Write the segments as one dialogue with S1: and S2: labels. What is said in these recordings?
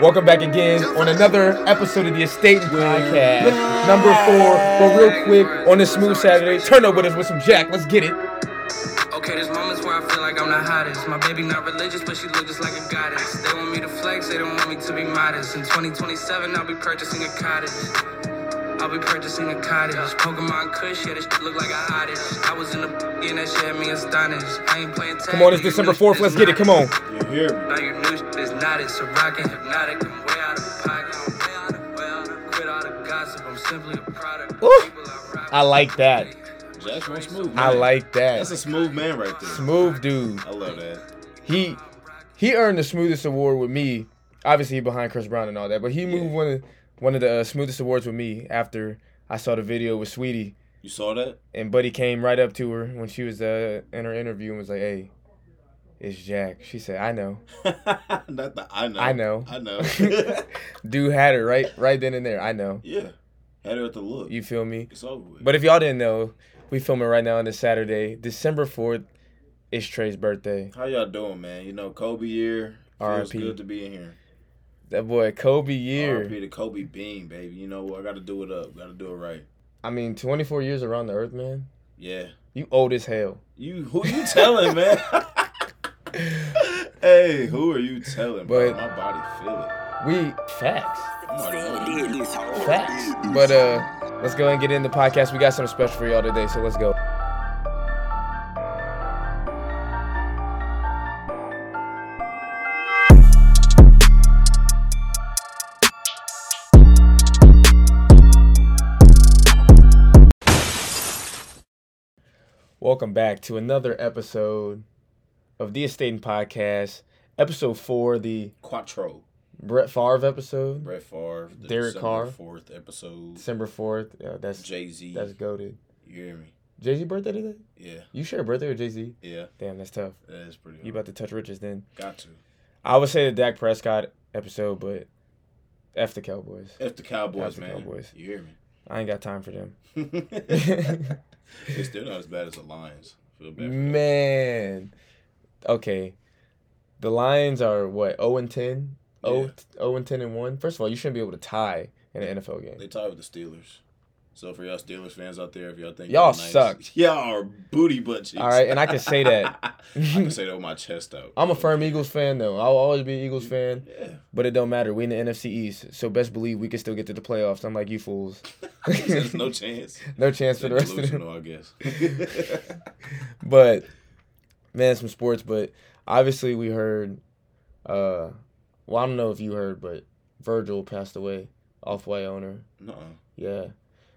S1: Welcome back again on another episode of the Estate Podcast, number four. But real quick, on this smooth Saturday, turn up with us with some Jack. Let's get it.
S2: Okay, there's moments where I feel like I'm the hottest. My baby not religious, but she look just like a goddess. They want me to flex, they don't want me to be modest. In 2027, I'll be purchasing a cottage. I'll be purchasing a cottage. Pokemon Kush, yeah, this shit look like a hottest. I was in the b- and that shit had me astonished. I ain't playing tag.
S1: Come on, it's
S2: but your
S1: December
S2: new
S1: 4th.
S2: shit is
S1: Let's get it.
S2: not
S1: Come on.
S3: You hear me?
S2: Now your new shit is not it. So rockin' hypnotic. I'm way out of pocket. I'm way out of, way out of, quit all the gossip. I'm simply a product. of
S1: Ooh.
S2: people I rock
S1: I
S2: with.
S1: like that.
S3: That's one smooth.
S1: I
S3: man.
S1: like
S3: That's a
S1: that.
S3: smooth man right there.
S1: Smooth dude.
S3: I love that.
S1: He he earned the smoothest award with me. Obviously behind Chris Brown and all that, but he moved one of one of the uh, smoothest awards with me after I saw the video with Sweetie.
S3: You saw that?
S1: and Buddy came right up to her when she was uh, in her interview and was like, "Hey, it's Jack." She said, "I know."
S3: Not the I know.
S1: I know.
S3: I know.
S1: Dude had her right, right then and there. I know.
S3: yeah. Had her at the look.
S1: You feel me?
S3: it's over with.
S1: But if y'all didn't know, we filming right now on this Saturday, December fourth. It's Trey's birthday.
S3: How y'all doing, man? You know, Kobe year. Feels
S1: R.I.P..
S3: good to be in here.
S1: That boy Kobe
S3: R.I.P.
S1: year.
S3: to Kobe Bean, baby. You know what? I got to do it up. Got to do it right.
S1: I mean, 24 years around the earth, man.
S3: Yeah.
S1: You old as hell.
S3: You who you telling, man? hey, who are you telling? bro?
S1: But-
S3: my body feel it.
S1: We facts,
S3: I'm oh, already on it.
S1: facts. But uh, let's go and get in the podcast. We got something special for y'all today, so let's go. Welcome back to another episode of the Estate and Podcast, episode four, the
S3: Quattro.
S1: Brett Favre episode,
S3: Brett Favre. The
S1: Derek
S3: December
S1: Carr.
S3: Fourth episode.
S1: December fourth. Yeah, that's
S3: Jay Z.
S1: that's goaded.
S3: You hear me?
S1: Jay Z birthday today?
S3: Yeah.
S1: You share a birthday with Jay Z?
S3: Yeah.
S1: Damn, that's tough.
S3: That is pretty.
S1: You
S3: hard.
S1: about to touch riches then?
S3: Got to.
S1: I would say the Dak Prescott episode, but f the Cowboys.
S3: F the Cowboys,
S1: F the
S3: man.
S1: Cowboys.
S3: You hear
S1: I ain't got time for them.
S3: me? They're still not as bad as the Lions. Feel bad.
S1: Mm.
S3: for them.
S1: Man, okay. The Lions are what zero and 10?
S3: Yeah.
S1: 0, 0 and ten and one. First of all, you shouldn't be able to tie in an NFL game.
S3: They tied with the Steelers. So for y'all Steelers fans out there, if y'all think
S1: Y'all
S3: nice-
S1: suck.
S3: y'all are booty butt cheeks.
S1: All right, and I can say that.
S3: I can say that with my chest out.
S1: I'm a firm Eagles fan though. I'll always be an Eagles fan,
S3: Yeah.
S1: but it don't matter. We in the NFC East, so best believe we can still get to the playoffs. I'm like you fools.
S3: There's no chance.
S1: No chance for
S3: They're
S1: the rest of them.
S3: delusional, I guess.
S1: But man, some sports. But obviously, we heard. uh Well, I don't know if you heard, but Virgil passed away, off white owner.
S3: no.
S1: Yeah,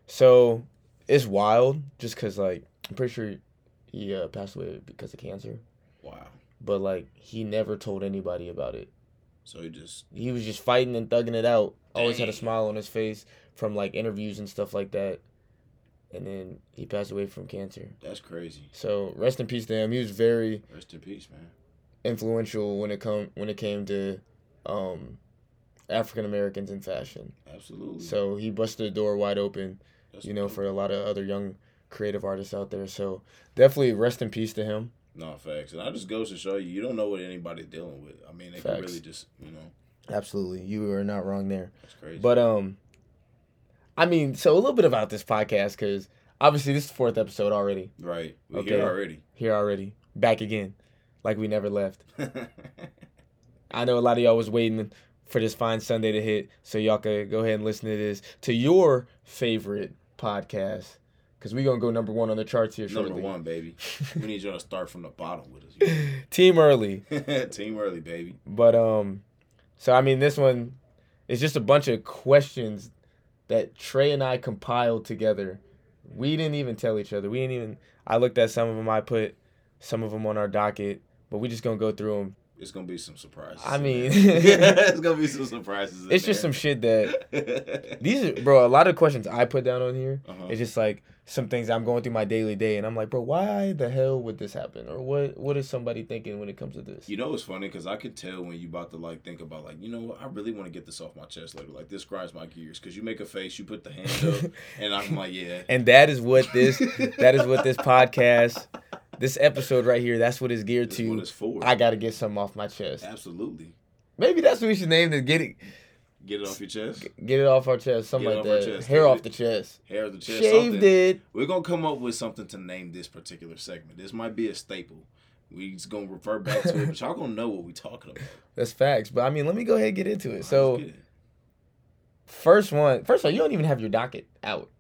S1: so it's wild, just cause like I'm pretty sure he uh, passed away because of cancer.
S3: Wow.
S1: But like he never told anybody about it.
S3: So he just
S1: He was just fighting and thugging it out. Always had a
S3: Dang.
S1: smile on his face from like interviews and stuff like that. And then he passed away from cancer.
S3: that's crazy.
S1: So rest in peace to him. He was very
S3: Rest in peace, man.
S1: influential when it come when it came to um, African Americans in fashion.
S3: Absolutely.
S1: So he busted the door wide open,
S3: That's
S1: you know,
S3: dope.
S1: for a lot of other young creative artists out there. So definitely rest in peace to him.
S3: No facts, and I just goes to show you, you don't know what anybody's dealing with. I mean, they can
S1: Facts.
S3: really just, you know,
S1: Absolutely, you are not wrong there.
S3: that's crazy.
S1: But um, I mean, so a little bit about this podcast because obviously this is the fourth episode already
S3: right, we
S1: Okay.
S3: here already.
S1: here already back again, like we never left. I know a lot of y'all was waiting for this fine Sunday to hit, so y'all could go ahead and listen to this to your favorite podcast, because we gonna go number one on the charts here shortly.
S3: Number one, baby. we need you to start from the bottom with us. you
S1: Team early,
S3: know? Team early, baby.
S1: but um, so I mean this one is just a bunch of questions that Trey and I compiled together. We didn't even tell each other. We didn't even. I looked at some of them. I put some of them on our docket, but we just gonna go through them.
S3: It's gonna be some surprises.
S1: I
S3: in
S1: mean-
S3: there. it's gonna be some surprises. in
S1: It's just some
S3: there.
S1: shit that These are, bro, a lot of questions I put down on here.
S3: Uh-huh.
S1: It's just like some things I'm going through my daily day, and I'm like, bro, why the hell would this happen, or what? What is somebody thinking when it comes to this?
S3: You know it's funny because I could tell when you about to like think about like you know what I really want to get this off my chest later like this grinds my gears because you make a face you put the hand up and I'm like yeah
S1: And that is what this, that is what this podcast, this episode right here, that's what it's geared
S3: that's what
S1: to.
S3: it's for
S1: I gotta get something off my chest.
S3: absolutely
S1: Maybe that's what we should name this. Get it,
S3: Get it off your chest.
S1: get it off our chest, something
S3: Get
S1: like
S3: it off our
S1: that.
S3: chest.
S1: Hair
S3: Get
S1: off
S3: it-
S1: the chest.
S3: Hair of the chest.
S1: Shaved
S3: something.
S1: it.
S3: We're gonna come up with something to name this particular segment. This might be a staple. We just gonna revert back to it, but y'all gonna know what we talking about.
S1: That's facts. But I mean, let me go ahead and get into it.
S3: Let's
S1: So
S3: get it.
S1: first one, first of all, you don't even have your docket out.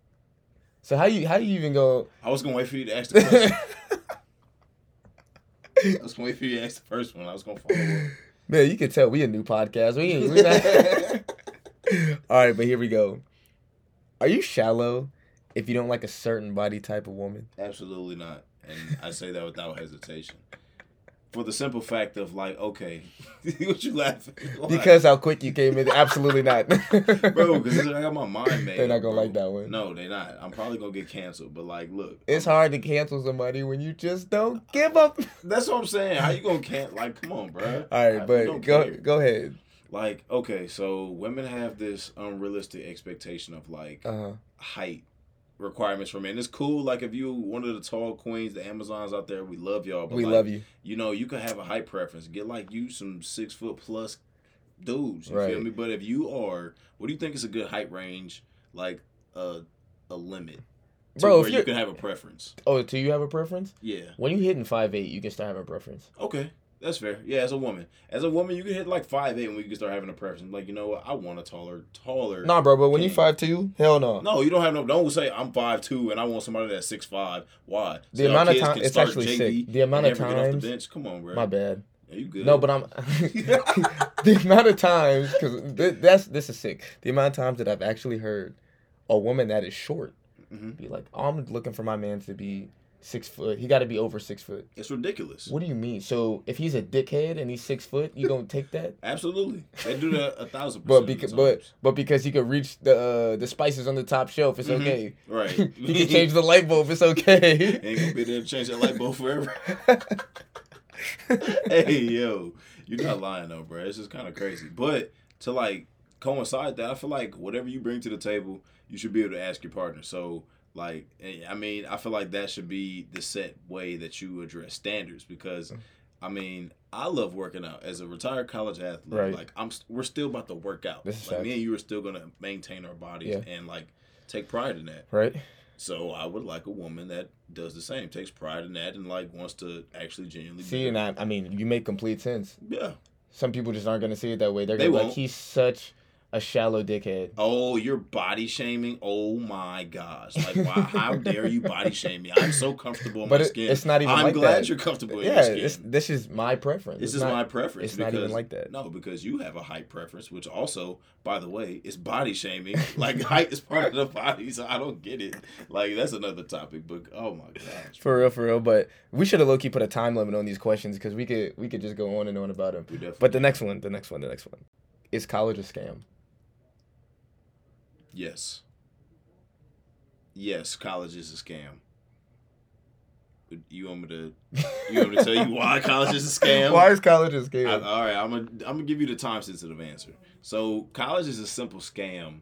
S1: So how you how do you even go?
S3: I was gonna wait for you to ask the question. I was gonna wait for you to ask the first one. I was gonna follow up.
S1: Man, you can tell we a new podcast. We, ain't- we not- All right, but here we go. Are you shallow if you don't like a certain body type of woman?
S3: Absolutely not. And I say that without hesitation. For the simple fact of like, okay, what you laughing? Why?
S1: Because how quick you came in, absolutely not.
S3: bro, because I got my mind made.
S1: They're not
S3: up,
S1: gonna
S3: bro.
S1: like that one.
S3: No, they're not. I'm probably gonna get canceled. But like, look,
S1: It's hard to cancel somebody when you just don't give up.
S3: that's what I'm saying. How you gonna can't like? Come on, bro.
S1: All right, but go go ahead.
S3: Like, okay, so women have this unrealistic expectation of like
S1: Uh huh.
S3: height requirements for men. It's cool. Like, if you one of the tall queens, the Amazons out there, we love y'all. But
S1: We
S3: like,
S1: love you.
S3: you know, you can have a height preference. Get like you some six foot plus dudes. You feel
S1: Right.
S3: me? But if you are, what do you think is a good height range? Like a a limit, to
S1: Bro,
S3: Where
S1: if
S3: you
S1: you're,
S3: can have a preference.
S1: oh, do you have a preference?
S3: Yeah.
S1: When you hitting five eight, you can start having a preference.
S3: Okay. That's fair. Yeah, as a woman, as a woman, you can hit like five eight, and we can start having a preference. Like, you know what? I want a taller, taller.
S1: Nah, bro, but when you
S3: King.
S1: five two, hell no.
S3: No, you don't have no. Don't say I'm five two and I want somebody that's six five. Why?
S1: The
S3: y'all
S1: amount of
S3: kids
S1: time-
S3: can
S1: it's
S3: start
S1: actually
S3: JV
S1: sick. The amount
S3: and
S1: of
S3: never get off the
S1: times-
S3: bench. Come on, bro.
S1: My bad.
S3: Yeah, you good?
S1: No, but I'm the amount of times because th- that's this is sick. The amount of times that I've actually heard a woman that is short
S3: Mhm.
S1: be like, "Oh, "I'm looking for my man to be six foot. He got to be over six foot."
S3: it's ridiculous.
S1: What do you mean? So if he's a dickhead and he's six foot, you gonna take that?
S3: Absolutely, they do that a thousand
S1: But
S3: percent.
S1: because
S3: of the
S1: but
S3: times.
S1: but because he could reach the uh, the spices on the top shelf, it's
S3: Mhm.
S1: okay.
S3: right,
S1: he can change the light bulb. It's okay.
S3: Ain't gonna be there to change that light bulb forever. hey yo, you're not lying though, bro. It's just kind of crazy. But to like coincide that, I feel like whatever you bring to the table, you should be able to ask your partner. So like, eh, I mean, I feel like that should be the set way that you address standards because. I mean, I love working out as a retired college athlete.
S1: Right.
S3: Like I'm, st- we're still about to work out.
S1: This is
S3: like
S1: facts.
S3: me and you are still gonna maintain our bodies
S1: Yeah.
S3: and like take pride in that.
S1: right.
S3: So I would like a woman that does the same, takes pride in that, and like wants to actually genuinely.
S1: See, and I, I mean, you make complete sense.
S3: yeah.
S1: Some people just aren't gonna see it that way. They're
S3: They
S1: gonna be like,
S3: won't.
S1: he's such a shallow dickhead.
S3: Oh, you're body shaming. Oh my gosh! Like, why? How dare you body shame me? I'm so comfortable in
S1: But
S3: my
S1: it-
S3: skin.
S1: it's not even
S3: I'm
S1: like
S3: glad
S1: that.
S3: you're comfortable in
S1: yeah,
S3: your
S1: this,
S3: skin.
S1: this is my preference.
S3: Oh, This
S1: It's
S3: is
S1: not-
S3: my preference.
S1: it's not even
S3: because-
S1: like that.
S3: No, because you have a height preference, which also, by the way, is body shaming. like height is part of the body, so I don't get it. Like that's another topic. But oh my gosh,
S1: for real, for real. But we should have low key put a time limit on these questions because we could we could just go on and on about them.
S3: we definitely.
S1: But the next one, the next one, the next one, is college a scam?
S3: Yes. Yes, college is a scam. But You want me to? You want me to tell you why college is a scam?
S1: Why is college a
S3: I,
S1: scam?
S3: all right, I'm gonna I'm gonna give you the time sensitive answer. So college is a simple scam.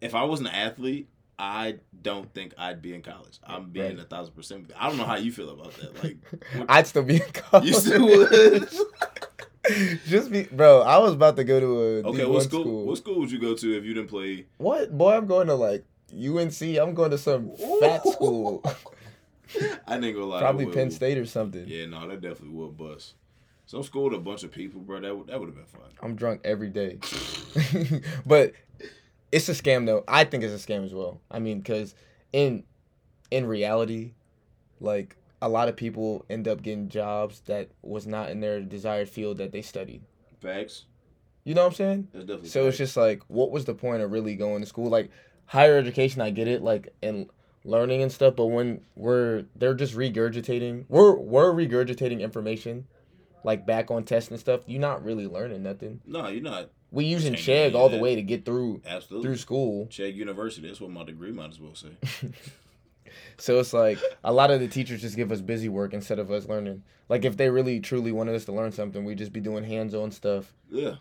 S3: If I was an athlete, I don't think I'd be in college. I'm being
S1: Right.
S3: a thousand percent. with you. I don't know how you feel about that. Like
S1: I'd still be in college.
S3: you still would.
S1: just be, bro. I was about to go to a
S3: Okay,
S1: D1
S3: what
S1: school.
S3: school, What school would you go to if you didn't play?
S1: What boy? I'm going to like UNC. I'm going to some fat school,
S3: I didn't go lie. that
S1: probably
S3: would-
S1: Penn State or something.
S3: Yeah, no, that definitely would bust. Some school with a bunch of people, bro. That would that would have been fun.
S1: I'm drunk every day. but it's a scam though. I think it's a scam as well. I mean, cause in in reality, like a lot of people end up getting jobs that was not in their desired field that they studied.
S3: Facts.
S1: You know what I'm saying?
S3: That's definitely.
S1: So it's
S3: facts.
S1: just like, what was the point of really going to school? Like higher education, I get it, like and learning and stuff. But when we're they're just regurgitating, we're we're regurgitating information, like back on tests and stuff. You're not really learning nothing.
S3: no, you're not
S1: We using
S3: Can't give
S1: Chegg
S3: you
S1: all the
S3: that.
S1: way to get through
S3: absolutely.
S1: through school.
S3: Check University. That's what my degree might as well say.
S1: So it's like a lot of the teachers just give us busy work instead of us learning. Like if they really truly wanted us to learn something, we'd just be doing hands on stuff
S3: yeah,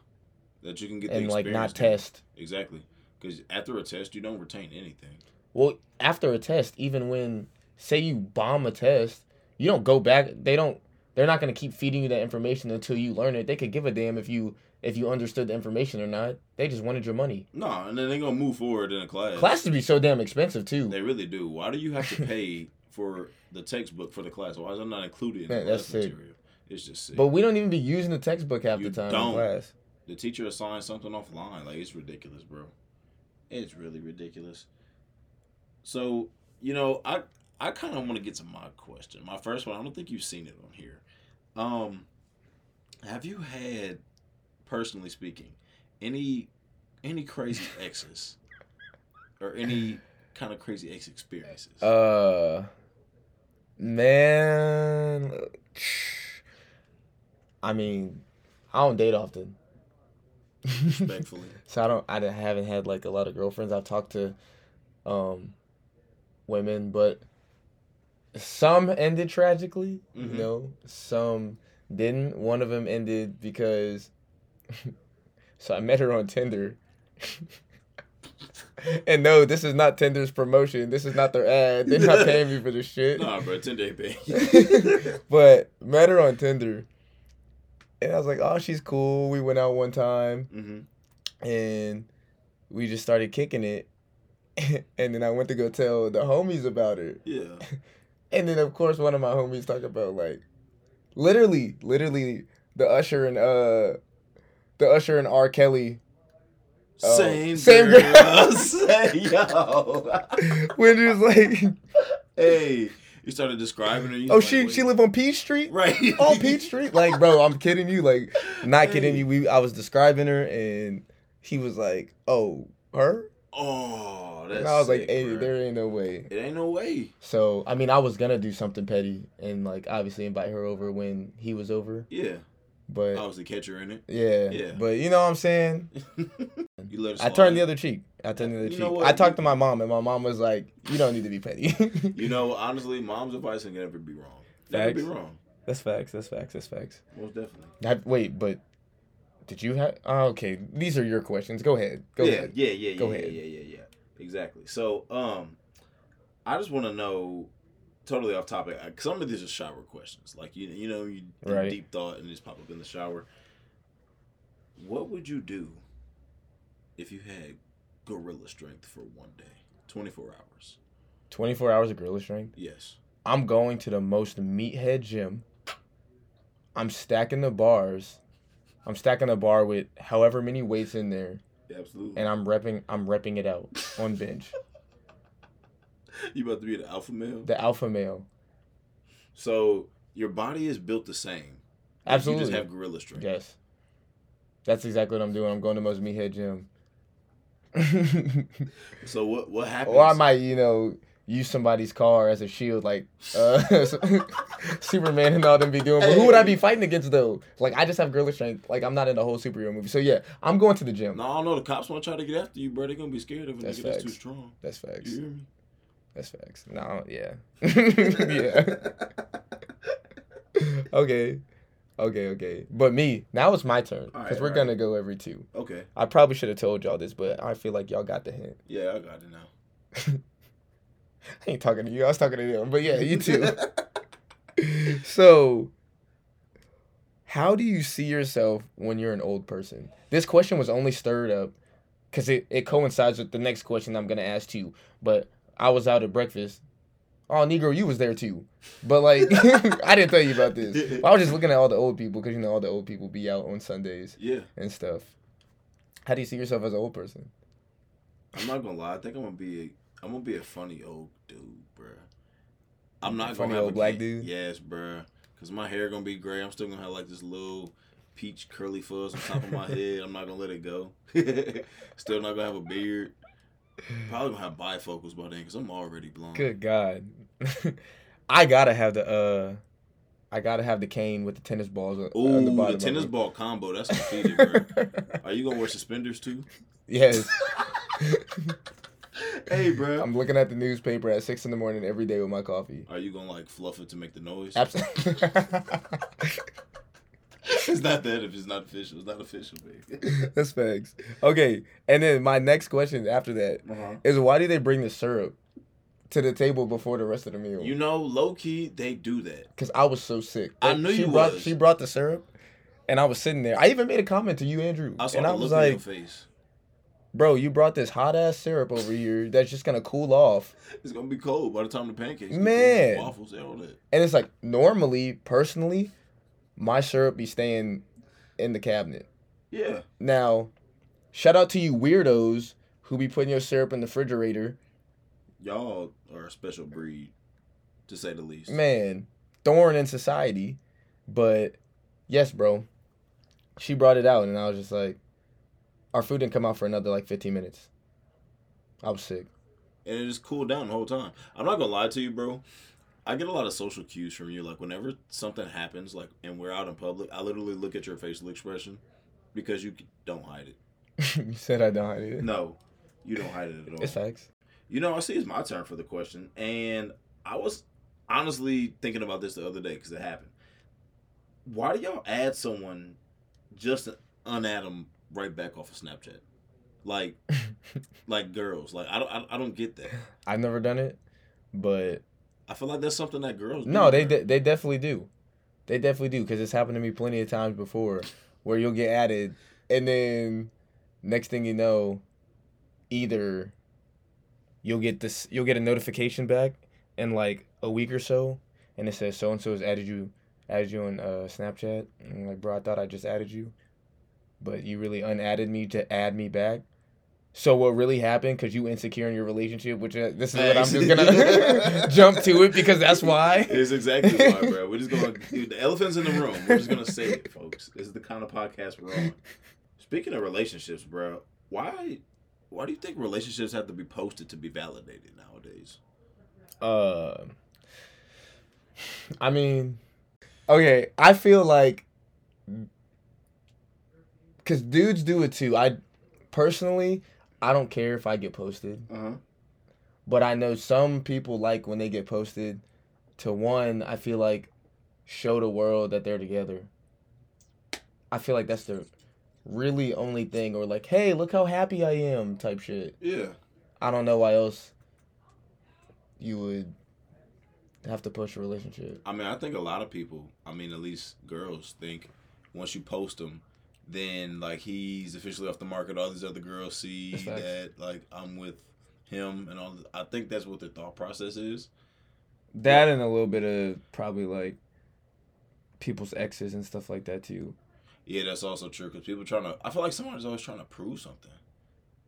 S3: that you can get the
S1: and like not
S3: experience.
S1: test.
S3: exactly because after a test you don't retain anything.
S1: Well, after a test, even when say you bomb a test, you don't go back. They don't. They're not gonna keep feeding you that information until you learn it. They could give a damn if you if you understood the information or not. They just wanted your money.
S3: No, and then they're gonna move forward in a class.
S1: Classes be so damn expensive too.
S3: They really do. Why do you have to pay for the textbook for the class? Why is that not included in
S1: Man,
S3: the
S1: that's
S3: class
S1: sick.
S3: material? It's just sick.
S1: But we don't even be using the textbook half
S3: You
S1: the time
S3: don't.
S1: in class.
S3: the teacher assigns something offline. Like it's ridiculous, bro. It's really ridiculous. So you know, I I kind of want to get to my question. My first one. I don't think you've seen it on here. Um, have you had, personally speaking, any any crazy exes, or any kind of crazy ex experiences?
S1: Uh, man, I mean, I don't date often,
S3: respectfully,
S1: so I don't. I didn't- haven't had like a lot of girlfriends. I've talked to, um, women, but some ended tragically.
S3: Mhm.
S1: You know, some didn't. One of them ended because. so I met her on Tinder. And no, this is not Tinder's promotion. This is not their ad. They're not paying me for this shit.
S3: nah, bro. Ten day pay.
S1: but met her on Tinder, and I was like, "Oh, she's cool." We went out one time,
S3: hmm
S1: and we just started kicking it. and then I went to go tell the homies about her,
S3: Yeah.
S1: and then of course one of my homies talked about like, literally, literally the usher and uh, the usher and R. Kelly Oh,
S3: Same,
S1: same
S3: girl.
S1: girl.
S3: Say, yo.
S1: when she was like,
S3: hey, you started describing her. you
S1: "Oh,
S3: like,
S1: she
S3: wait.
S1: she live on Peach Street."
S3: right
S1: on Peach Street. Like, bro, I'm kidding you. Like, not kidding
S3: Hey.
S1: you. We I was describing her, and he was like, "Oh, her,"
S3: Oh, that's.
S1: and I was like,
S3: sick,
S1: "Hey,
S3: bruh.
S1: there ain't no way."
S3: It ain't no way.
S1: So, I mean, I was gonna do something petty and like obviously invite her over when he was over,
S3: Yeah,
S1: but
S3: I was the catcher in it.
S1: yeah,
S3: Oh. Yeah.
S1: but you know what I'm saying.
S3: You let it
S1: I
S3: slide.
S1: turned the other cheek. I turned the other
S3: You
S1: cheek.
S3: know what?
S1: I talked to my mom, and my mom was like, "You don't need to be petty."
S3: You know, honestly, mom's advice can never be wrong. Never be
S1: Facts.
S3: wrong.
S1: that's facts. That's facts. That's facts.
S3: Most definitely.
S1: That, wait, but did you have? Oh, okay, these are your questions. Go ahead. Go
S3: yeah,
S1: ahead.
S3: yeah, yeah, yeah,
S1: Go
S3: yeah,
S1: ahead.
S3: yeah, yeah, yeah. Exactly. So, um, I just want to know, totally off topic. I- Some of these are shower questions, like you, you know, you do
S1: Right.
S3: deep thought and just pop up in the shower. What would you do if you had gorilla strength for one day, twenty four hours?
S1: 24 hours of gorilla strength.
S3: Yes.
S1: I'm going to the most meathead gym. I'm stacking the bars. I'm stacking the bar with however many weights in there,
S3: Absolutely.
S1: and I'm repping. I'm repping it out on bench.
S3: you about to be the alpha male.
S1: The alpha male,
S3: so your body is built the same. You
S1: absolutely.
S3: just have gorilla strength.
S1: yes, that's exactly what I'm doing. I'm going to the most meathead gym.
S3: So what what happens?
S1: or I might, you know, use somebody's car as a shield, like uh, Superman and all them be doing. But who would I be fighting against though? Like I just have gorilla strength. Like I'm not in the whole superhero movie. So yeah, I'm going to the gym.
S3: No, I don't know. The cops want to try to get after you, bro. They're gonna be scared of a
S1: That's
S3: nigga that's too
S1: facts.
S3: strong.
S1: That's facts.
S3: You hear me?
S1: That's facts. No, yeah. yeah. Okay. Okay, okay. But me, now it's my turn.
S3: All
S1: Because we're
S3: right, all right.
S1: going to go every two.
S3: Okay.
S1: I probably should have told y'all this, but I feel like y'all got the hint.
S3: Yeah, I got it now.
S1: I ain't talking to you. I was talking to them. But yeah, you too. so, how do you see yourself when you're an old person? This question was only stirred up because it, it coincides with the next question I'm going to ask you. But I was out at breakfast. Oh, Negro, you was there too. But like, I didn't tell you about this. But I was just looking at all the old people because, you know, all the old people be out on Sundays
S3: yeah,
S1: and stuff. How do you see yourself as an old person?
S3: I'm not gonna lie. I think I'm gonna be a, I'm gonna be a funny old dude, bro. I'm not
S1: Funny
S3: gonna have
S1: old
S3: a
S1: black
S3: cane.
S1: dude?
S3: Yes, bro. Cause my hair gonna be gray. I'm still gonna have like this little peach curly fuzz on top of my head. I'm not gonna let it go. still not gonna have a beard. Probably gonna have bifocals by then, cause I'm already blonde.
S1: Good God. I gotta have the uh I gotta have the cane with the tennis balls on,
S3: Ooh,
S1: on the
S3: the,
S1: bottom. of
S3: tennis
S1: it.
S3: ball combo. That's completed, bro. Are you gonna wear suspenders too?
S1: yes.
S3: Hey, bro.
S1: I'm looking at the newspaper at six in the morning every day with my coffee.
S3: Are you gonna like fluff it to make the noise?
S1: Absolutely.
S3: it's not that if it's not official. It's not official, baby.
S1: That's facts. Okay. And then my next question after that
S3: Uh-huh.
S1: is why do they bring the syrup to the table before the rest of the meal?
S3: You know, low key, they do that.
S1: Because I was so sick.
S3: I
S1: Like,
S3: knew
S1: she
S3: you
S1: brought,
S3: was.
S1: She brought the syrup, and I was sitting there. I even made a comment to you, Andrew,
S3: I saw
S1: and
S3: the
S1: I was
S3: look on
S1: like,
S3: your face.
S1: "Bro, you brought this hot ass syrup over here that's just gonna cool off."
S3: It's gonna be cold by the time the pancakes, get
S1: Man.
S3: there, waffles, and all that.
S1: And it's like normally, personally, my syrup be staying in the cabinet.
S3: Yeah,
S1: Now, shout out to you weirdos who be putting your syrup in the refrigerator.
S3: y'all are a special breed, to say the least.
S1: Man, thorn in society. But yes, bro. She brought it out and I was just like our food didn't come out for another like 15 minutes. I was sick.
S3: and it just cooled down the whole time. I'm not gonna lie to you, bro. I get a lot of social cues from you. Like whenever something happens, like and we're out in public, I literally look at your facial expression because you c- don't hide it.
S1: you said I don't hide it.
S3: No, you don't hide it at all.
S1: It's facts.
S3: You know, I see it's my turn for the question, and I was honestly thinking about this the other day because it happened. Why do y'all add someone just to unadd them right back off of Snapchat? Like, like girls. Like I don't, I, I don't get that.
S1: I've never done it, but
S3: I feel like that's something that girls. do,
S1: no, they
S3: bro.
S1: de- they definitely do. They definitely do because it's happened to me plenty of times before where you'll get added and then next thing you know either you'll get this you'll get a notification back in like a week or so and it says so and so has added you added you on uh, Snapchat and you're like bro I thought I just added you but you really unadded me to add me back. So what really happened? Cause you insecure in your relationship, which uh, this is what I'm just gonna jump to it because that's why.
S3: It's exactly why, bro. We're just going. Dude, the elephant's in the room. We're just gonna say it, folks. This is the kind of podcast we're on. Speaking of relationships, bro, why, why do you think relationships have to be posted to be validated nowadays?
S1: Uh, I mean, okay, I feel like because dudes do it too. I personally, I don't care if I get posted,
S3: Uh huh.
S1: but I know some people like when they get posted. To one, I feel like show the world that they're together. I feel like that's the really only thing, or like, hey, look how happy I am, type shit.
S3: Yeah.
S1: I don't know why else you would have to push a relationship.
S3: I mean, I think a lot of people. I mean, at least girls think once you post them, then like he's officially off the market. All these other girls see
S1: That's facts.
S3: that like I'm with him, and all. th- I think that's what their thought process is.
S1: That and a little bit of probably like people's exes and stuff like that too.
S3: Yeah, that's also true because people trying to. I feel like someone's always trying to prove something.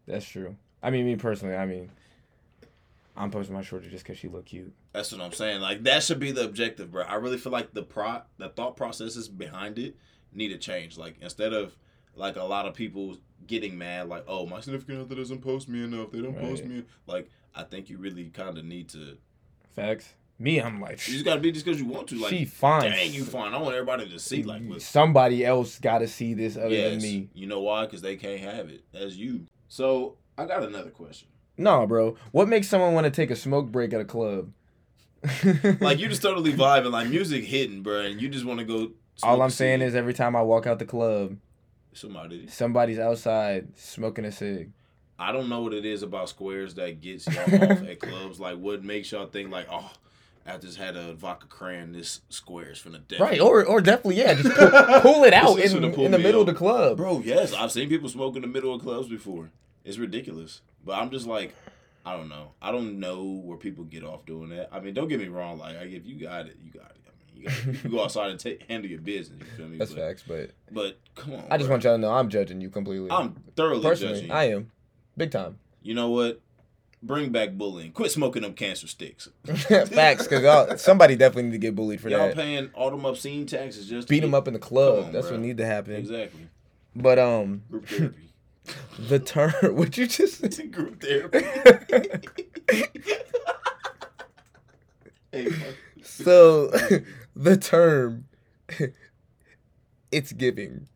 S1: That's true. I mean, me personally, I mean, I'm posting my shorty just because she look cute.
S3: That's what I'm saying. Like that should be the objective, bro. I really feel like the pro the thought processes behind it need to change. Like instead of like a lot of people getting mad, like oh my significant other doesn't post me enough, they don't post
S1: Right.
S3: me. Like I think you really kind of need to. You
S1: Facts. Me, I'm like,
S3: just gotta be just because you want to. Like
S1: she fine.
S3: dang, you fine. I want everybody to see like what's
S1: Somebody else got to see this other than
S3: yes.
S1: me.
S3: You know why? Because they can't have it. That's you. So I got another question.
S1: No, bro. What makes someone want to take a smoke break at a club?
S3: Like you just totally vibing, like music hitting, bro, and you just want to go.
S1: All I'm saying is every time I walk out the club,
S3: somebody.
S1: somebody's outside smoking a cig.
S3: I don't know what it is about squares that gets y'all off at clubs. Like, what makes y'all think like, oh, I just had a vodka cran. This squares from the death.
S1: Right, or or definitely yeah, just pull, pull it out
S3: This
S1: in,
S3: would've pulled
S1: in the
S3: me
S1: middle
S3: up.
S1: of the club.
S3: bro. Yes, I've seen people smoke in the middle of clubs before. It's ridiculous. But I'm just like, I don't know. I don't know where people get off doing that. I mean, don't get me wrong. Like, if you got it, you got it. I mean, you, got it. you can go outside and take, handle your business. You feel me?
S1: That's
S3: but,
S1: facts, but
S3: But come on.
S1: I just
S3: bro.
S1: want y'all to know I'm judging you completely.
S3: I'm thoroughly
S1: personally,
S3: judging. you.
S1: I am, big time.
S3: you know what? Bring back bullying. Quit smoking them cancer sticks.
S1: facts, because y'all somebody definitely need to get bullied for
S3: Y'all
S1: that.
S3: paying all them obscene taxes just to
S1: Beat them up in the club.
S3: on,
S1: That's
S3: bro.
S1: what need to happen.
S3: Exactly.
S1: But um,
S3: Group therapy.
S1: the term what you just say?
S3: Group therapy. hey, fuck.
S1: so the term it's giving.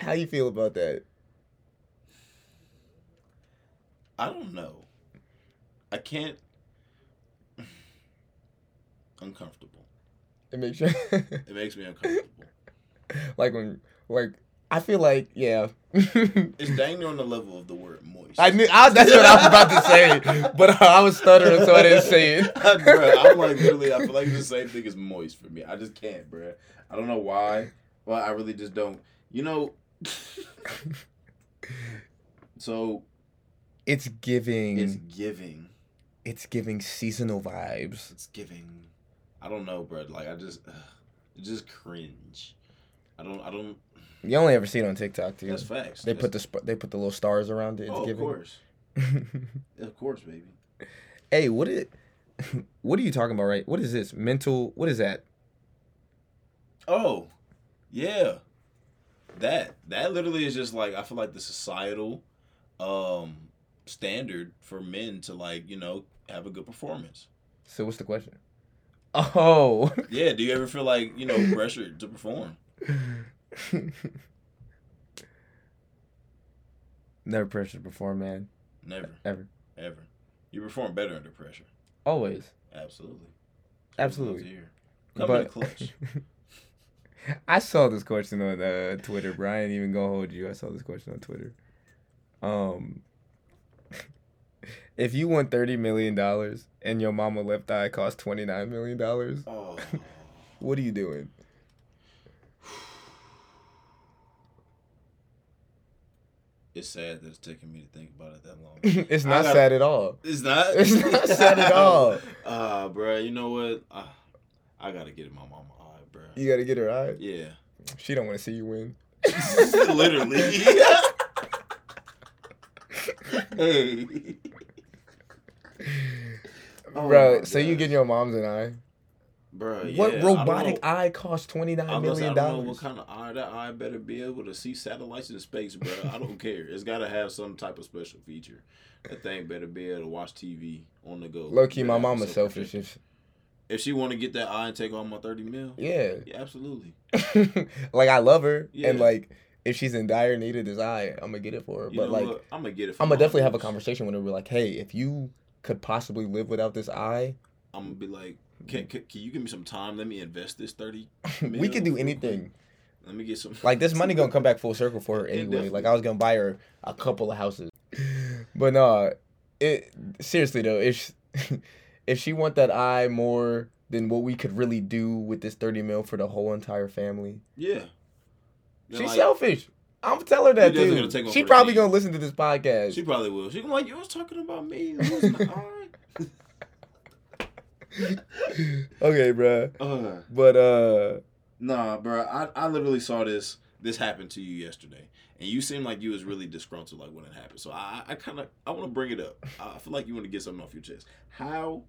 S1: How you feel about that?
S3: I don't know. I can't. Uncomfortable.
S1: It makes you
S3: It makes me uncomfortable.
S1: like when like I feel like yeah.
S3: It's dang near on the level of the word moist.
S1: I knew I, that's what I was about to say, but I was stuttering, so I didn't say it.
S3: Bruh, I'm like literally. I feel like it's the same thing as moist for me. I just can't, bruh. I don't know why. Well, I really just don't. You know. so
S1: It's giving.
S3: it's
S1: It's,
S3: giving.
S1: giving seasonal vibes.
S3: It's giving. I don't know, bro. Like I just, ugh, it's just cringe. I don't. I don't.
S1: You only ever see it on TikTok, dude.
S3: That's facts.
S1: they put
S3: That's-
S1: the sp- they put the little stars around it. It's
S3: Oh, of
S1: giving.
S3: course. Of course, baby.
S1: hey, what it? What are you talking about? Right? What is this mental? What is that?
S3: Oh, yeah. That that literally is just like I feel like the societal um standard for men to like, you know, have a good performance.
S1: So what's the question? Oh.
S3: Yeah, do you ever feel like, you know, pressured to perform?
S1: Never pressured before, man.
S3: Never,
S1: Ever.
S3: ever. You perform better under pressure.
S1: Always.
S3: Absolutely.
S1: Absolutely.
S3: Here. Come in
S1: But-
S3: the clutch.
S1: I saw this question on uh, Twitter, Brian. Even gonna hold you. I saw this question on Twitter. Um, if you won thirty million dollars and your mama left eye cost twenty nine million dollars,
S3: Oh.
S1: what are you doing?
S3: It's sad that it's taking me to think about it that long.
S1: it's
S3: I
S1: not
S3: got-
S1: sad at all.
S3: It's not.
S1: It's not sad at all.
S3: Uh, bro, you know what? Uh, I gotta get in my mama eye, bro.
S1: You gotta get her eye.
S3: Yeah.
S1: She don't want to see you win.
S3: Literally. hey. Oh
S1: Bro,
S3: my
S1: so you
S3: gosh.
S1: get your mom's an eye.
S3: Bro, yeah,
S1: what
S3: I don't
S1: robotic
S3: know.
S1: eye costs twenty
S3: I
S1: nine
S3: was gonna say,
S1: million
S3: I don't know what
S1: dollars?
S3: kind of eye that eye better be able to see satellites in space, bro. I don't care. It's gotta have some type of special feature. That thing better be able to watch TV on the go.
S1: Low key,
S3: Better
S1: my
S3: have
S1: mama's
S3: itself
S1: selfish.
S3: protected.
S1: If,
S3: If she want to get that eye and take all my thirty mil,
S1: yeah,
S3: yeah, absolutely.
S1: like I love her,
S3: Yeah.
S1: and like if she's in dire need of this eye, I'm gonna get it for her.
S3: You
S1: but
S3: know
S1: like,
S3: what? I'm gonna get it.
S1: I'm
S3: for
S1: gonna definitely have a
S3: $100.
S1: conversation with her. We're like, hey, if you could possibly live without this eye,
S3: I'm gonna be like, can, can, can you give me some time? Let me invest this thirty.
S1: we
S3: Mil,
S1: could do
S3: real
S1: anything.
S3: Let me get some.
S1: Like this money gonna come back full circle for her
S3: Yeah,
S1: anyway.
S3: definitely.
S1: Like I was gonna buy her a couple of houses, but no, it seriously though, if if she want that eye more than what we could really do with this thirty mil for the whole entire family,
S3: Yeah. Then,
S1: She's
S3: like,
S1: selfish. I'm telling her that
S3: definitely gonna take
S1: dude.
S3: one
S1: She
S3: for the
S1: probably
S3: team.
S1: gonna listen to this podcast.
S3: She probably will. She gonna like you was talking about me. Listen,
S1: okay, bruh.
S3: uh,
S1: But uh,
S3: nah, bro. I, I literally saw this. This happened to you yesterday, and you seemed like you was really disgruntled, like when it happened. So I I kind of I want to bring it up. I I feel like you want to get something off your chest. How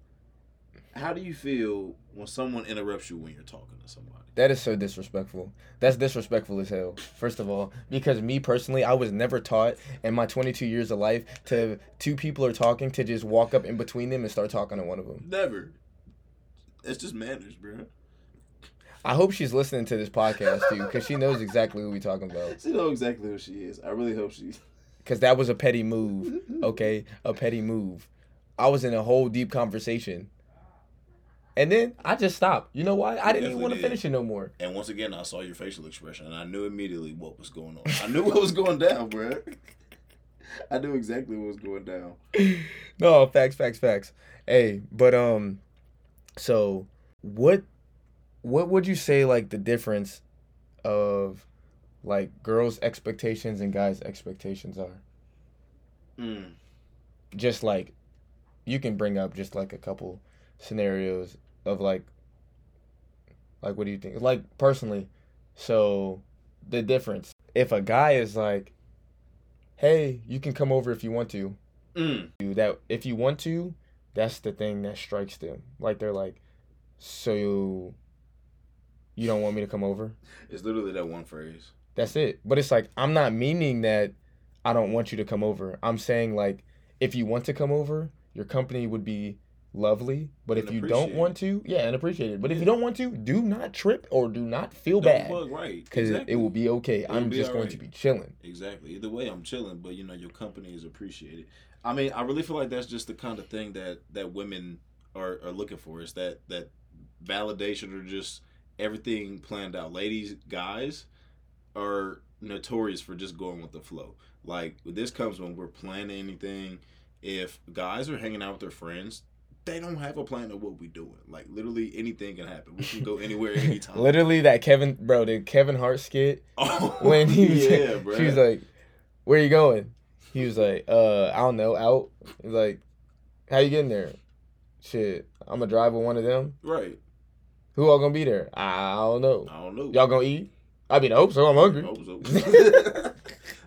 S3: how do you feel when someone interrupts you when you're talking to somebody?
S1: that is so disrespectful. That's disrespectful as hell. First of all, because me personally, I was never taught in my 22 years of life to two people are talking to just walk up in between them and start talking to one of them.
S3: Never. It's just manners, bro.
S1: I hope she's listening to this podcast too, because she knows exactly who we talking about.
S3: She know exactly who she is. I really hope she.
S1: Because that was a petty move. Okay, a petty move. I was in a whole deep conversation. And then I just stopped. You know why? I didn't even
S3: definitely
S1: want to
S3: did.
S1: finish it no more.
S3: And once again, I saw your facial expression, and I knew immediately what was going on. I knew what was going down, bro. I knew exactly what was going down.
S1: No, facts, facts, facts. Hey, but um so what what would you say like the difference of like girls' expectations and guys' expectations are?
S3: Mm.
S1: Just like you can bring up just like a couple scenarios of like like what do you think? Like personally, so the difference. If a guy is like, Hey, you can come over if you want to
S3: Mm.
S1: you that if you want to, that's the thing that strikes them. Like they're like, so you, you don't want me to come over?
S3: It's literally that one phrase.
S1: That's it. But it's like I'm not meaning that I don't want you to come over. I'm saying like if you want to come over, your company would be lovely. But if
S3: And
S1: you don't
S3: appreciated.
S1: want to, yeah, and appreciated. But if you
S3: Yeah.
S1: don't want to, do not trip or do not feel
S3: Don't
S1: bad.
S3: bug right.
S1: Cause it-
S3: exactly.
S1: it will be okay.
S3: It'll
S1: I'm
S3: be
S1: just going to
S3: alright.
S1: be chilling.
S3: Exactly. Either way, I'm chilling, but you know your company is appreciated. I mean, I really feel like that's just the kind of thing that that women are are looking for is that that validation or just everything planned out. Ladies, guys are notorious for just going with the flow. Like this comes when we're planning anything. If guys are hanging out with their friends, they don't have a plan of what we're doing. Like literally anything can happen. We can go anywhere anytime.
S1: Literally, that Kevin, bro, the Kevin Hart skit
S3: oh,
S1: when he was,
S3: yeah,
S1: she
S3: bro.
S1: was like, "Where you going?" He was like, "Uh, I don't know, out." He's like, "How you getting there?" Shit, I'm gonna drive with one of them.
S3: right.
S1: Who all gonna be there? I don't know.
S3: I don't know.
S1: Y'all gonna eat? I mean, I hope so. I'm hungry.
S3: Hope so.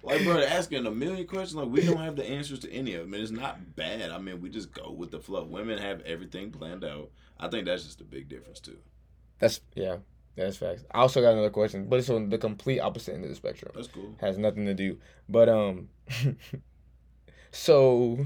S3: like, bro, they're asking a million questions. Like, we don't have the answers to any of them. And it's not bad. I mean, we just go with the flow. Women have everything planned out. I think that's just a big difference, too.
S1: That's yeah, that's facts. I also got another question, but it's on the complete opposite end of the spectrum.
S3: That's cool.
S1: Has nothing to do, but um, so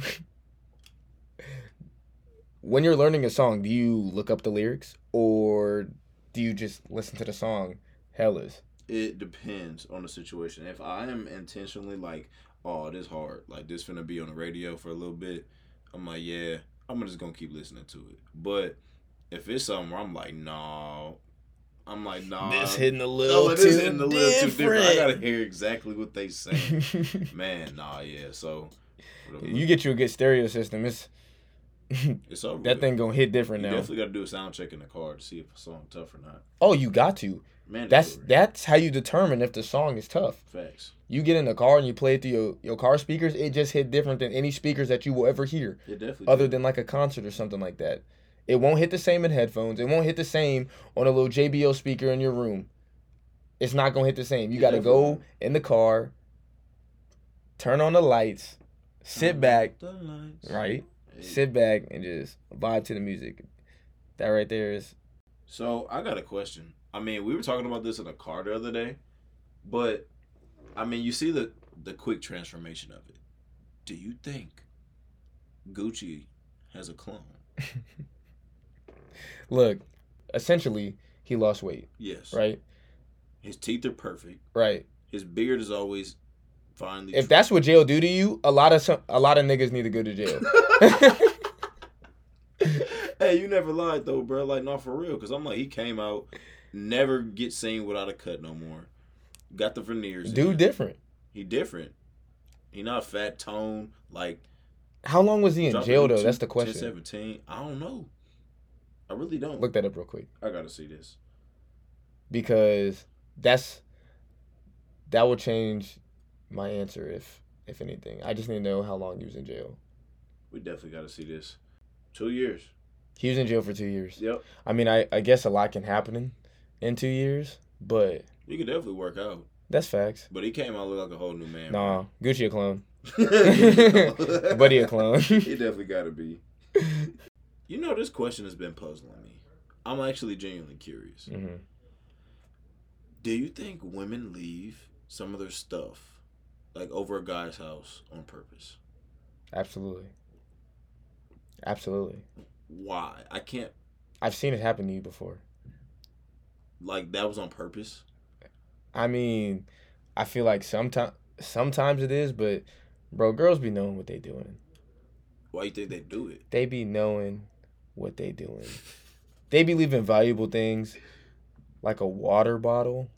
S1: when you're learning a song, do you look up the lyrics or do you just listen to the song? Hell is
S3: It depends on the situation. If I am intentionally like, oh, this hard, like this finna be on the radio for a little bit, I'm like, yeah, I'm just gonna keep listening to it. But if it's something where I'm like, nah, I'm like, nah,
S1: a
S3: oh, this hitting a little too different. I gotta hear exactly what they saying. Man, nah, yeah. So whatever.
S1: you get you a good stereo system. It's
S3: it's over.
S1: that
S3: with.
S1: thing gonna hit
S3: You
S1: different now.
S3: definitely got to do a sound check in the car to see if a song tough or not.
S1: Oh, you got to.
S3: Man,
S1: That's that's how you determine if the song is tough.
S3: facts.
S1: you get in the car and you play it through your, your car speakers, it just hit different than any speakers that you will ever hear,
S3: It definitely.
S1: other
S3: did.
S1: than like a concert or something like that. It won't hit the same in headphones. It won't hit the same on a little JBL speaker in your room. It's not gonna hit the same. You
S3: It
S1: gotta
S3: definitely
S1: go
S3: won't.
S1: in the car, turn on the lights,
S3: Mm.
S1: sit back,
S3: The lights.
S1: right?
S3: Hey.
S1: Sit back and just vibe to the music. That right there is
S3: So I got a question. I mean, we were talking about this in a car the other day, but I mean, you see the the quick transformation of it. Do you think Gucci has a clone?
S1: look. Essentially, he lost weight,
S3: Yes.
S1: right?
S3: His teeth are perfect.
S1: Right.
S3: His beard is always finely.
S1: If that's what jail do to you, a lot of some, a lot of niggas need to go to jail.
S3: hey, you never lied though, bro. Like, not for real. Cause I'm like, he came out, never get seen without a cut no more. Got the veneers.
S1: Do
S3: in.
S1: different.
S3: he different. He not fat tone like.
S1: How long was he in
S3: dropped
S1: jail
S3: it
S1: though?
S3: to
S1: That's the
S3: 10,
S1: question.
S3: Seventeen. I don't know. I really don't.
S1: Look that up real quick
S3: I gotta see this.
S1: because that's that will change my answer if if anything. I just need to know how long he was in jail.
S3: We definitely gotta see this. Two years.
S1: He was in jail for two years.
S3: Yep.
S1: I mean, I I guess a lot can happen in, in two years, but
S3: He could definitely work out,
S1: that's facts.
S3: but he came out look like a whole new man.
S1: Nah, Gucci a clone,
S3: bro.
S1: buddy a clone. Mm-hmm.
S3: It definitely gotta be. You know, this question has been puzzling me. I'm actually genuinely curious.
S1: hmm
S3: Do you think women leave some of their stuff, like over a guy's house, on purpose?
S1: Absolutely, absolutely.
S3: Why? I can't.
S1: I've seen it happen to you before.
S3: Like that was on purpose.
S1: I mean, I feel like sometimes sometimes it is, but bro, girls be knowing what they doing.
S3: Why you think they do it?
S1: They be knowing what they doing. They be leaving valuable things like a water bottle.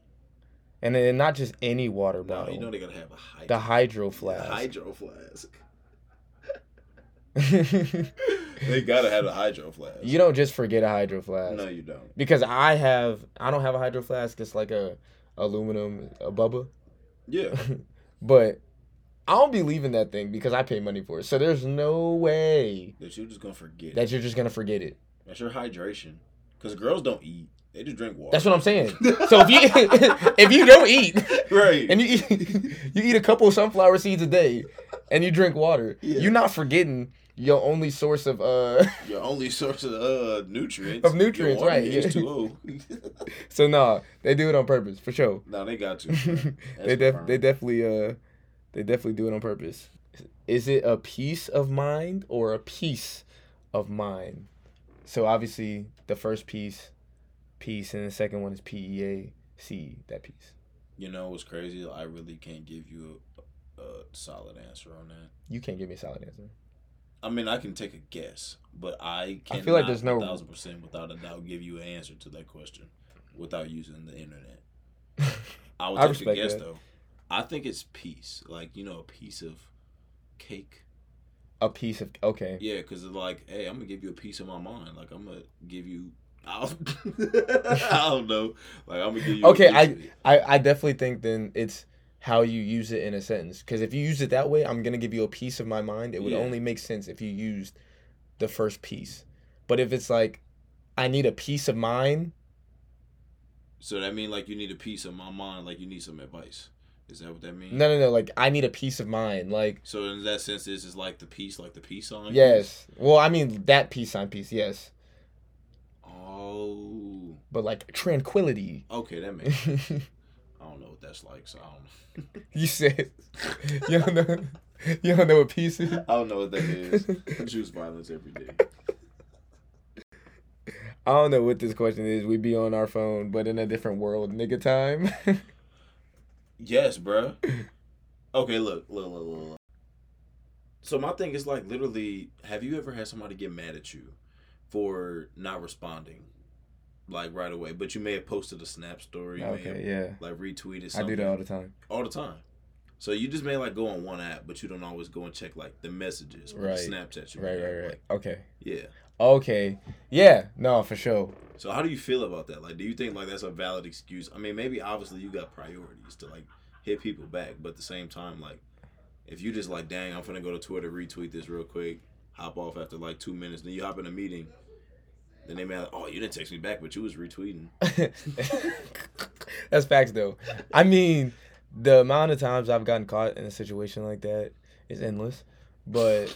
S1: And then not just any water
S3: No,
S1: bottle.
S3: you know they gotta have a hydro.
S1: the hydro
S3: A
S1: flask.
S3: hydro flask. They gotta have a hydro flask.
S1: you don't just forget a hydro flask.
S3: No, you don't.
S1: Because I have I don't have a hydro flask, it's like a aluminum a bubba.
S3: Yeah.
S1: But I don't be leaving that thing because I pay money for it. So there's no way
S3: that you're just gonna forget.
S1: that you're just gonna forget it.
S3: That's your hydration. Cause girls don't eat. They just drink water.
S1: That's what I'm saying. So if you if you don't eat
S3: right.
S1: and you eat, you eat a couple sunflower seeds a day and you drink water,
S3: Yeah.
S1: you're not forgetting your only source of uh.
S3: your only source of uh, nutrients.
S1: Of nutrients,
S3: Your water
S1: right.
S3: is H2O.
S1: So nah, they do it on purpose for sure.
S3: no, they got to. bruh. That's
S1: they def-
S3: confirmed.
S1: they definitely uh they definitely do it on purpose. Is it a peace of mind or a piece of mind? So obviously the first piece, peace, and the second one is P E A C. That piece.
S3: You know what's crazy? I really can't give you a, a solid answer on that.
S1: You can't give me a solid answer.
S3: I mean, I can take a guess, but I
S1: I
S3: cannot
S1: feel like there's no-
S3: thousand percent without a doubt give you an answer to that question without using the internet. I would
S1: I
S3: take a
S1: respect
S3: guess
S1: that.
S3: though. I think it's peace, like you know, a piece of cake
S1: a piece of okay.
S3: Yeah, because it's like, hey, I'm gonna give you a piece of my mind. Like I'm gonna give you. I'll, I don't know. Like I'm gonna give you. a
S1: Okay,
S3: piece
S1: I,
S3: of-
S1: I I definitely think then it's how you use it in a sentence. Because if you use it that way, I'm gonna give you a piece of my mind. It would
S3: Yeah.
S1: only make sense if you used the first piece. But if it's like, I need a piece of mind.
S3: So that mean like you need a piece of my mind. Like you need some advice. Is that what that means?
S1: No, no, no. Like I need a piece of mind. Like
S3: So in that sense, this is like the piece, like the peace sign.
S1: yes. Well, I mean that piece on piece. Yes.
S3: Oh.
S1: But like tranquility.
S3: Okay, that makes. I don't know what that's like. So I don't.
S1: you said you don't know. You don't know what piece is.
S3: I don't know what that is. Choose violence every day.
S1: I don't know what this question is. We be on our phone, but in a different world, nigga time.
S3: Yes, bruh. Okay, look, look, look, look, look. So my thing is like literally, have you ever had somebody get mad at you for not responding, like right away? But you may have posted a snap story, you may have
S1: okay, yeah.
S3: like retweeted
S1: I
S3: something.
S1: do that all the time.
S3: all the time. So you just may like go on one app, but you don't always go and check like the messages or
S1: Right.
S3: the Snapchat. You
S1: Right,
S3: may have,
S1: right, right.
S3: like-
S1: Okay.
S3: yeah.
S1: Okay. Yeah, no, for sure.
S3: So how do you feel about that? Like, do you think like that's a valid excuse? I mean, maybe obviously you got priorities to like hit people back, but at the same time, like, if you just like, dang, I'm gonna go to Twitter, retweet this real quick, hop off after like two minutes, then you hop in a meeting, then they may like, oh, you didn't text me back, but you was retweeting.
S1: That's facts though. I mean, the amount of times I've gotten caught in a situation like that is endless. But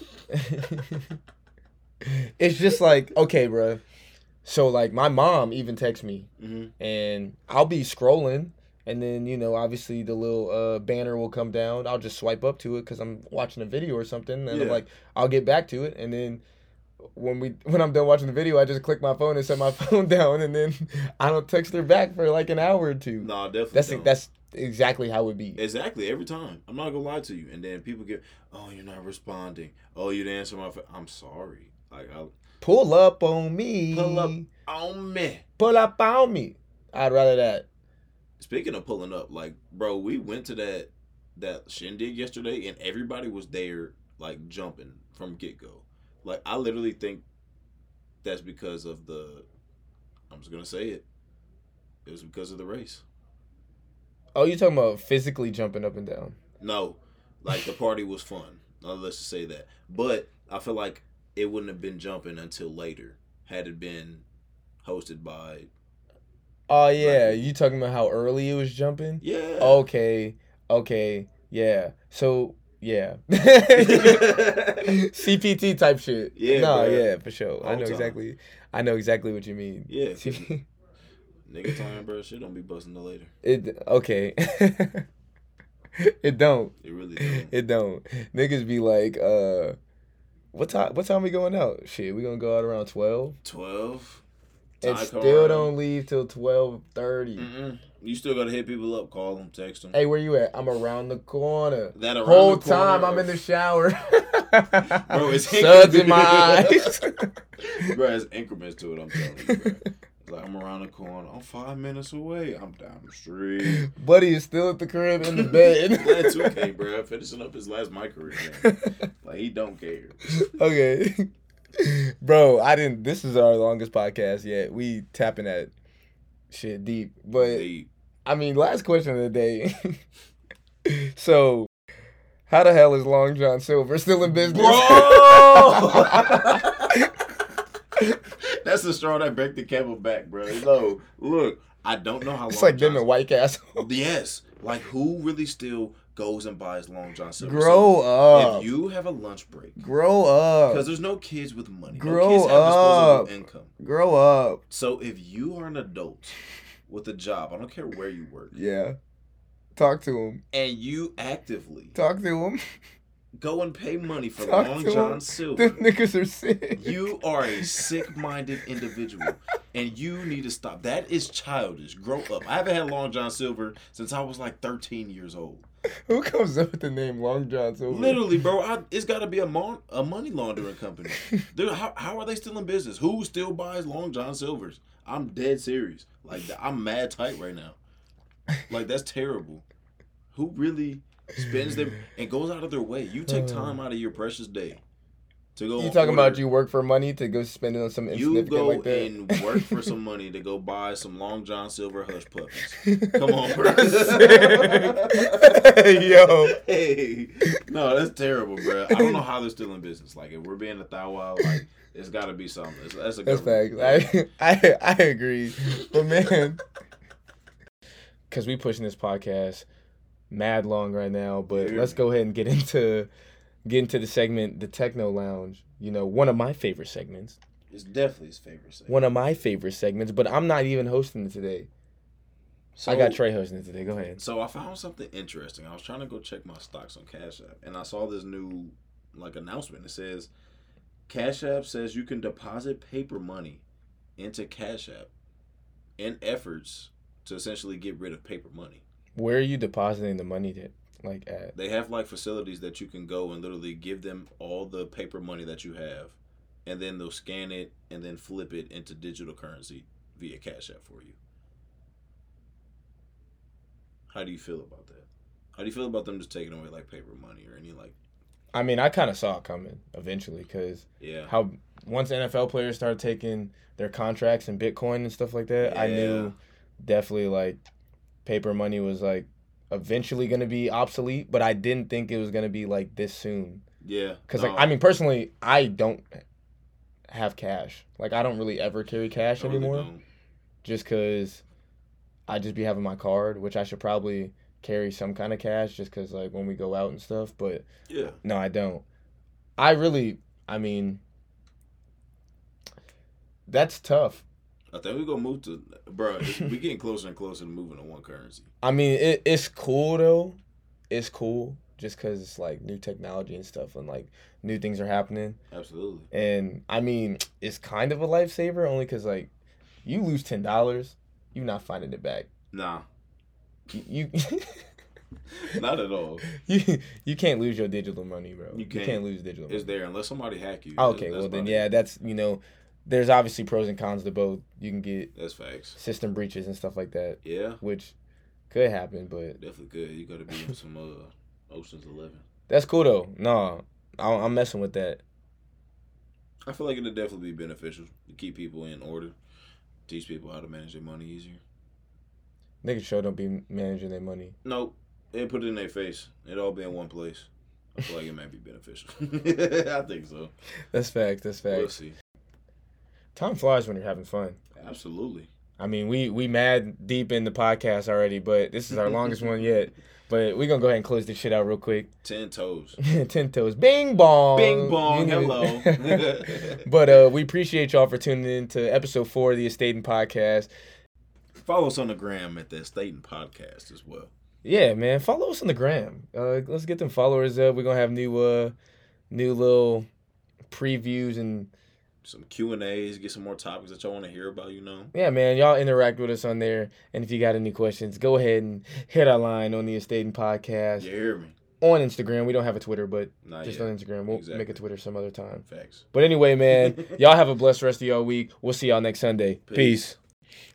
S1: it's just like, okay, bruh. So like my mom even texts me
S3: Mm-hmm.
S1: and I'll be scrolling, and then you know, obviously the little uh, banner will come down. I'll just swipe up to it because I'm watching a video or something, and I'm
S3: Yeah.
S1: like, I'll get back to it, and then when we when I'm done watching the video, I just click my phone and set my phone down, and then I don't text her back for like an hour or two.
S3: No, definitely.
S1: that's
S3: don't.
S1: that's exactly how it be.
S3: Exactly, every time. I'm not gonna lie to you. And then people get, oh, you're not responding. Oh, you didn't answer my. Fa-. I'm sorry. Like, I,
S1: Pull up on me.
S3: Pull up. oh man.
S1: Pull up on me. I'd rather that.
S3: Speaking of pulling up, like, bro, we went to that that shindig yesterday, and everybody was there, like, jumping from get go. Like, I literally think that's because of the. I'm just gonna say it. It was because of the race.
S1: Oh, you talking about physically jumping up and down?
S3: No, like the party was fun. Uh, Let's just say that. But I feel like it wouldn't have been jumping until later had it been hosted by
S1: Oh yeah,
S3: Right.
S1: you talking about how early it was jumping?
S3: yeah.
S1: Oh. okay, okay, yeah. So yeah, CPT type shit.
S3: Yeah,
S1: no,
S3: bruh.
S1: yeah, for sure. I
S3: All
S1: know
S3: time.
S1: exactly. I know exactly what you mean.
S3: Yeah, 'cause
S1: CP
S3: nigga time, bro. Shit don't be busting the later.
S1: it okay. it don't.
S3: It really don't.
S1: It don't. Niggas be like, uh, what time? What time we going out? Shit, we gonna go out around twelve,
S3: Twelve.
S1: and
S3: Ty Mm-hmm.
S1: still
S3: Cobb.
S1: don't leave till twelve thirty.
S3: Mm-mm. You still gotta hit people up, call them, text them.
S1: Hey, where you at? I'm around the corner.
S3: That around
S1: Whole
S3: the corner
S1: time I'm
S3: of-
S1: in the shower. Bro,
S3: it's
S1: suds in my eyes.
S3: Bro, it's increments to it. I'm telling you. Bro. It's Like I'm around the corner. I'm five minutes away. I'm down the street.
S1: Buddy is still at the crib in the bed.
S3: That's okay, bro. Finishing up his last my career. Man. Like he don't care.
S1: okay. Bro, I didn't. This is our longest podcast yet. We tapping at shit deep. But
S3: They-
S1: I mean, last question of the day. so, how the hell is Long John Silver still in business?
S3: Bro! That's the straw that broke the camel back, bro. No, look, I don't know how
S1: it's
S3: long.
S1: like them in
S3: John-
S1: White Castle.
S3: Yes, like who really still goes and buys Long John Silver?
S1: Grow
S3: So,
S1: up.
S3: if you have a lunch break,
S1: Grow
S3: because
S1: up.
S3: there's no kids with money.
S1: Grow
S3: no kids have disposable
S1: up.
S3: income.
S1: Grow up.
S3: So if you are an adult with a job, I don't care where you work,
S1: Yeah. Talk to him.
S3: and you actively
S1: Talk to him.
S3: go and pay money for
S1: Talk
S3: Long
S1: to
S3: John
S1: him.
S3: Silver.
S1: Them niggas are sick.
S3: You are a sick minded individual and you need to stop. That is childish. Grow up. I haven't had Long John Silver since I was like 13 years old.
S1: Who comes up with the name Long John Silver?
S3: Literally, bro, I, it's got to be a, mon- a money laundering company. Dude, how, how are they still in business? Who still buys Long John Silvers? I'm dead serious. Like, I'm mad tight right now. Like, that's terrible. Who really spends their and goes out of their way? You take time out of your precious day to go.
S1: Uh. You
S3: and
S1: talking about
S3: order-
S1: you work for money to go spend it on something
S3: You
S1: insignificant
S3: go
S1: like that?
S3: and work for some money to go buy some Long John Silver hush puppies. Come on, bro.
S1: Sick. Yo.
S3: Hey, no, that's terrible, bro. I don't know how they're still in business. Like, if we're being a thou wild, like, it's got to be something. It's, that's a
S1: That's facts.
S3: government-
S1: I, I I agree, but man, because we pushing this podcast mad long right now, but
S3: Yeah.
S1: let's go ahead and get into get into the segment, the Techno Lounge. You know, one of my favorite segments,
S3: It's definitely his favorite. Segment.
S1: one of my favorite segments. But I'm not even hosting it today.
S3: so,
S1: I got Trey hosting it today. Go ahead.
S3: So I found something interesting. I was trying to go check my stocks on Cash App, and I saw this new like announcement. It says Cash App says you can deposit paper money into Cash App in efforts to essentially get rid of paper money.
S1: Where are you depositing the money that like at?
S3: They have like facilities that you can go and literally give them all the paper money that you have, and then they'll scan it and then flip it into digital currency via Cash App for you. How do you feel about that? How do you feel about them just taking away like paper money or any like
S1: I mean, I kind of saw it coming eventually because
S3: yeah
S1: how once NFL players started taking their contracts in Bitcoin and stuff like that, I
S3: Yeah.
S1: knew definitely like paper money was like eventually going to be obsolete, but I didn't think it was going to be like this soon.
S3: yeah
S1: Cuz
S3: no,
S1: like I mean personally, I don't have cash. Like I don't really ever carry
S3: I
S1: cash
S3: really
S1: anymore
S3: don't.
S1: just cuz I just be having my card, which I should probably carry some kind of cash just cuz like when we go out and stuff, but
S3: yeah
S1: no, I don't. I really, I mean, that's tough.
S3: I think we're gonna move to bro we getting closer and closer to moving to one currency
S1: I mean, it, it's cool though. It's cool just because it's like new technology and stuff, and like new things are happening.
S3: absolutely
S1: And I mean, it's kind of a lifesaver only because like you lose ten dollars, you're not finding it back.
S3: nah
S1: You
S3: not at all
S1: you, you you can't lose your digital money, bro.
S3: You
S1: You can't,
S3: can't.
S1: lose digital. money.
S3: it's there unless somebody hack you
S1: okay,
S3: That's
S1: well then
S3: about it.
S1: yeah, that's you know, there's obviously pros and cons to both. You can get
S3: that's facts
S1: system breaches and stuff like that,
S3: yeah
S1: which could happen, but
S3: Definitely good. You gotta be on some uh Ocean's Eleven.
S1: that's cool though. No, I- I'm messing with that.
S3: I feel like it'll definitely be beneficial to keep people in order, teach people how to manage their money easier.
S1: Niggas sure don't be managing their money.
S3: Nope, it put it in their face. It all be in one place. I feel like it might be beneficial. I think so.
S1: That's facts. That's
S3: We'll
S1: facts.
S3: see.
S1: Time flies when you're having fun.
S3: Absolutely.
S1: I mean, we we mad deep in the podcast already, but this is our longest one yet. But we gonna go ahead and close this shit out real quick.
S3: Ten toes.
S1: Ten toes, bing bong,
S3: Bing bong.
S1: You
S3: Hello.
S1: know- but uh, we appreciate y'all for tuning in to episode four of the Estating Podcast.
S3: Follow us on the gram at that Staten Podcast as well.
S1: Yeah, man. Follow us on the gram. Uh, let's get them followers up. We're gonna have new, uh, new little previews and
S3: Some Q and A's. Get some more topics that y'all want to hear about. You know.
S1: yeah, man. Y'all interact with us on there. And if you got any questions, go ahead and hit our line on the Estate and Podcast
S3: You hear me?
S1: on Instagram. We don't have a Twitter, but
S3: Not
S1: just
S3: yet.
S1: on Instagram. We'll make a
S3: Exactly.
S1: Twitter some other time.
S3: Facts.
S1: But anyway, man, y'all have a blessed rest of y'all week. We'll see y'all next Sunday. Peace.
S3: Peace.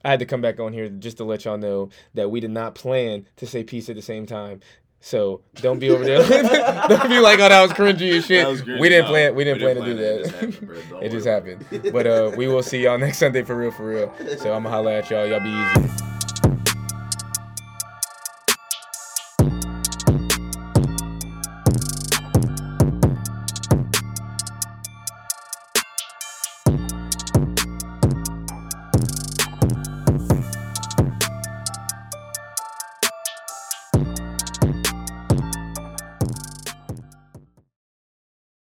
S1: I had to come back on here just to let y'all know that we did not plan to say peace at the same time. So don't be over there. don't be like, oh, that was cringy and shit.
S3: That was cringy.
S1: We didn't
S3: No,
S1: plan. We
S3: we
S1: didn't plan
S3: didn't
S1: to do
S3: plan it.
S1: that.
S3: It just happened, bro. Don't
S1: it just
S3: worry
S1: happened. But uh, we will see y'all next Sunday for real, for real. So I'm gonna holla at y'all. Y'all be easy.